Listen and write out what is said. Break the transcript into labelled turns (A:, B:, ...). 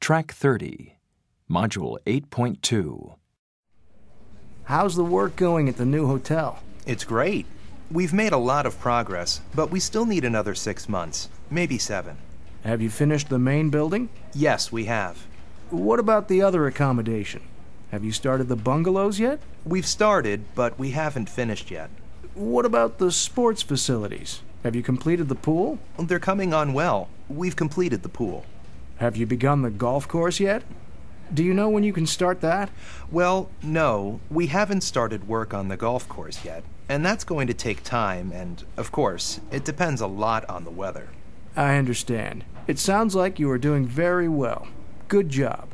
A: Track 30, Module 8.2.
B: How's the work going at the new hotel?
C: It's great. We've made a lot of progress, but we still need another six months, maybe seven.
B: Have you finished the main building?
C: Yes, we have.
B: What about the other accommodation? Have you started the bungalows yet?
C: We've started, but we haven't finished yet.
B: What about the sports facilities? Have you completed the pool?
C: They're coming on well. We've completed the pool.
B: Have you begun the golf course yet? Do you know when you can start that?
C: Well, no, we haven't started work on the golf course yet, and that's going to take time, and of course, it depends a lot on the weather.
B: I understand. It sounds like you are doing very well. Good job.